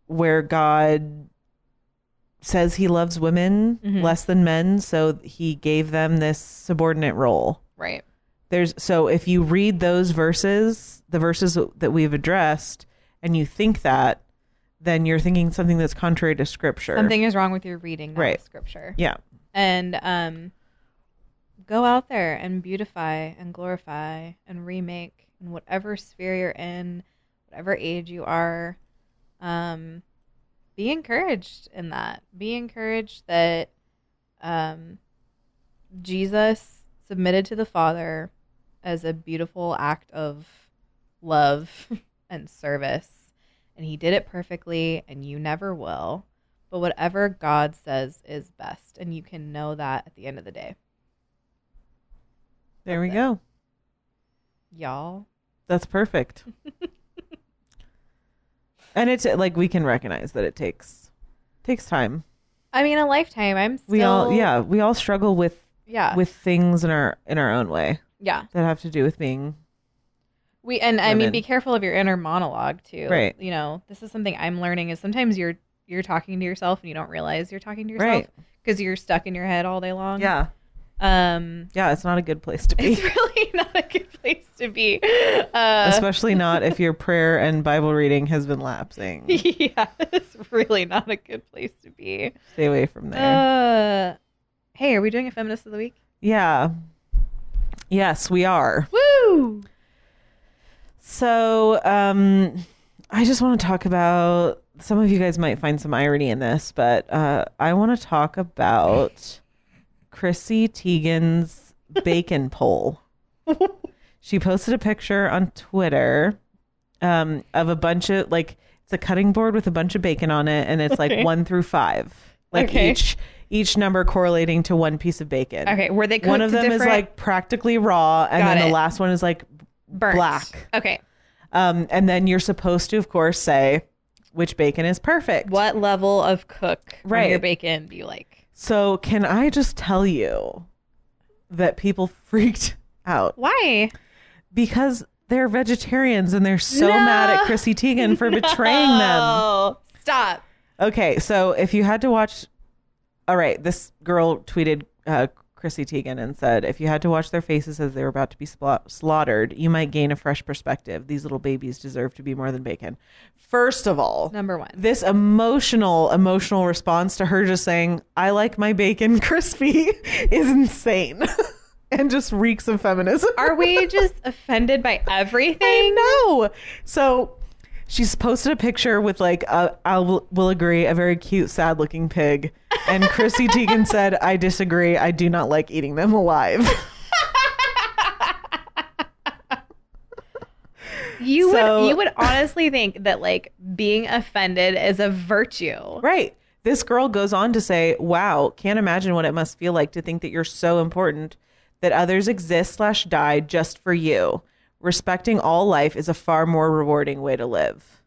where god says he loves women
Mhm.
less than men so he gave them this subordinate role
Right.
there's so if you read those verses the verses that we've addressed and you think that then you're thinking something that's contrary to scripture
Something is wrong with your reading of
Right.
scripture.
yeah
And um go out there and beautify and glorify and remake in whatever sphere you're in, whatever age you are. Um be encouraged in that. Be encouraged that um Jesus submitted to the Father as a beautiful act of love and service. And he did it perfectly, and you never will. But whatever God says is best. And you can know that at the end of the day.
there we
That's it.
go
Y'all.
that's perfect and it's like we can recognize that it takes takes time
I mean, a lifetime. I'm still.
we all yeah we all struggle with
Yeah.
with things in our in our own way
yeah.
that have to do with being
We and I mean,
women.
be careful of your inner monologue too.
Right.
You know, this is something I'm learning is sometimes you're you're talking to yourself and you don't realize you're talking to yourself
Right.
because you're stuck in your head all day long.
yeah
Um,
yeah it's not a good place to
it's
be
really not a good place to be. Uh,
especially not if your prayer and bible reading has been lapsing
yeah, it's really not a good place to be.
stay away from there
Uh, hey, are we doing a feminist of the week?
Yeah. Yes, we are.
Woo!
So, um, I just want to talk about some of you guys might find some irony in this, but uh, I want to talk about Chrissy Teigen's bacon poll. She posted a picture on Twitter um, of a bunch of like it's a cutting board with a bunch of bacon on it, and it's
Okay.
like one through five, like
Okay.
each each number correlating to one piece of bacon.
Okay, were they cooked
One of them is
different?
like practically raw, and
Got
then
it.
the last one is like
burnt?
black.
Okay,
Um, and then you're supposed to, of course, say which bacon is perfect.
what level of cook on your
Right.
bacon do you like?
So can I just tell you that people freaked out
Why?
because they're vegetarians and they're so mad
No.
at Chrissy Teigen for betraying them.
Oh, stop.
Okay, so if you had to watch, all right, this girl tweeted uh, Chrissy Teigen and said, if you had to watch their faces as they were about to be sla- slaughtered, you might gain a fresh perspective. These little babies deserve to be more than bacon. First of all,
Number one.
this emotional emotional response to her just saying i like my bacon crispy is insane and just reeks of feminism
Are we just offended by
i
everything?
know so she's posted a picture with like a, i will, will agree a very cute sad looking pig and chrissy teigen said i disagree i do not like eating them alive
You
So-
would you would honestly think that like being offended is a virtue.
Right. This girl goes on to say, "Wow, can't imagine what it must feel like to think that you're so important that others exist slash die just for you. Respecting all life is a far more rewarding way to live."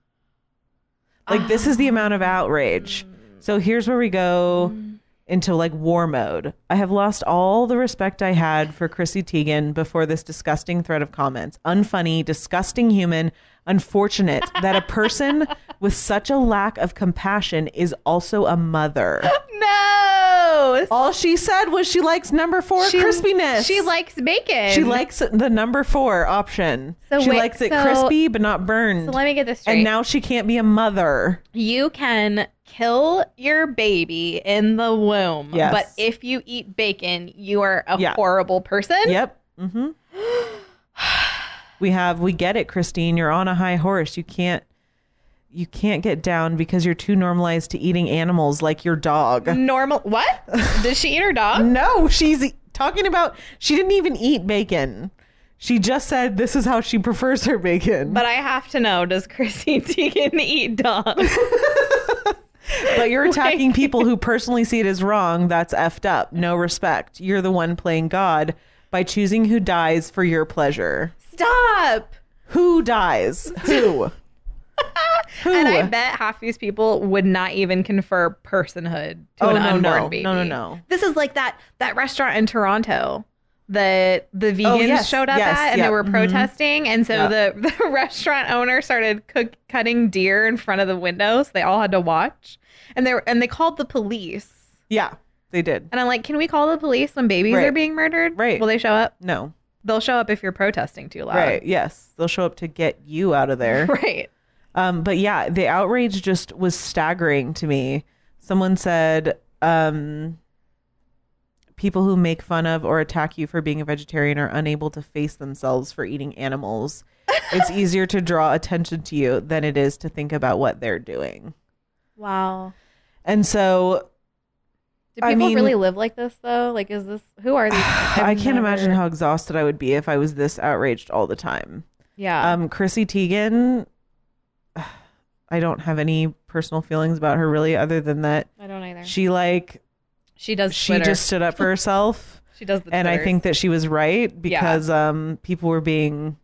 Like this is the amount of outrage. So here's where we go into like war mode. I have lost all the respect I had for Chrissy Teigen before this disgusting thread of comments. Unfunny, disgusting human, unfortunate that a person with such a lack of compassion is also a mother.
No.
All she said was she likes number four crispiness.
She likes bacon.
she likes the number four option.
So
she
wait,
likes it
so-
crispy but not burned.
So let me get this straight.
and now she can't be a mother.
you can kill your baby in the womb,
Yes.
but if you eat bacon, you are a
Yeah.
horrible person.
Yep. hmm we have. We get it, Christine. You're on a high horse. You can't. You can't get down because you're too normalized to eating animals like your dog.
Normal. What? Did she eat her dog?
No, she's e- talking about. She didn't even eat bacon. She just said this is how she prefers her bacon. But,
But I have to know: Does Chrissy Teigen eat dogs?
you're attacking people who personally see it as wrong. That's effed up. No respect. You're the one playing God by choosing who dies for your pleasure.
Stop.
Who dies? Who? Who?
And I bet half these people would not even confer personhood to
Oh,
an
no,
unborn
no.
baby.
No, no, no.
This is like that that restaurant in Toronto that the vegans
Oh, yes,
showed up
yes,
at and
yeah,
they were
mhm.
protesting, and so
Yeah.
the the restaurant owner started cook, cutting deer in front of the windows. They all had to watch, and they were, and they called the police.
Yeah, they did.
And I'm like, can we call the police when babies
Right.
are being murdered?
Right.
Will they show up?
No.
They'll show up if you're protesting too loud.
Right. Yes. They'll show up to get you out of there.
Right.
Um, but yeah, the outrage just was staggering to me. Someone said, um, people who make fun of or attack you for being a vegetarian are unable to face themselves for eating animals. it's easier to draw attention to you than it is to think about what they're doing.
Wow.
And so
Do
I
people
mean-
really live like this though? Like, is this who are these?
I can't
never-
imagine how exhausted I would be if I was this outraged all the time.
Yeah.
Um, Chrissy Teigen, I don't have any personal feelings about her really, other than that
I don't either. She,
she like
does.
she
Twitter.
just stood up for herself,
she does the.
and I
Twitters.
think that she was right because um, people were being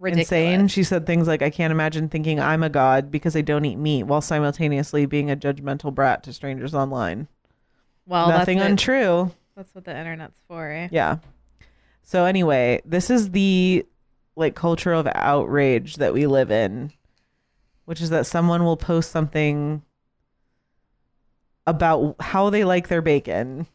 Ridiculous.
insane. She said things like, "I can't imagine thinking I'm a god because I don't eat meat," while simultaneously being a judgmental brat to strangers online.
Well,
Nothing
that's, it.
untrue.
that's what the internet's for. Eh?
Yeah. So anyway, this is the like culture of outrage that we live in, which is that someone will post something about how they like their bacon.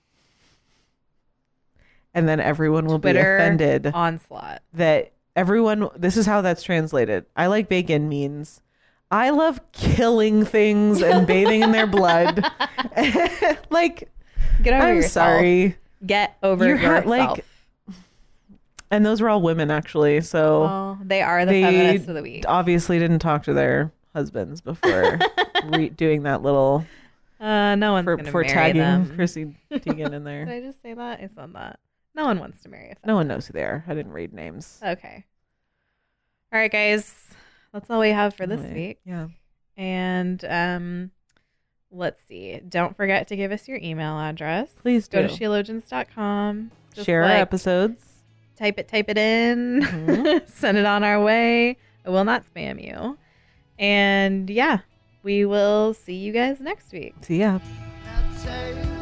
And then everyone will be
Twitter
offended
onslaught.
that everyone this is how that's translated. I like bacon means I love killing things and bathing in their blood. like
Get over
I'm
yourself.
sorry.
Get over
You ha-
yourself.
like- And those were all women actually, so
oh, they are the
they
feminists of the week.
obviously didn't talk to their husbands before re- doing that little
Uh, no one's
for,
gonna
for
marry
tagging
them.
Chrissy Teigen in
Did
there.
I just say that? It's on that. No one wants to marry a feminist. Uh,
No one knows who they are. I didn't read names.
Okay. All right, guys. That's all we have for this
Anyway,
week.
Yeah.
And um, let's see. Don't forget to give us your email address.
Please
Go
do.
to sheologians.com. Just
Share our
like,
episodes.
Type it, type it in.
Mhm.
Send it on our way. It will not spam you. And yeah, we will see you guys next week.
See ya.
Now take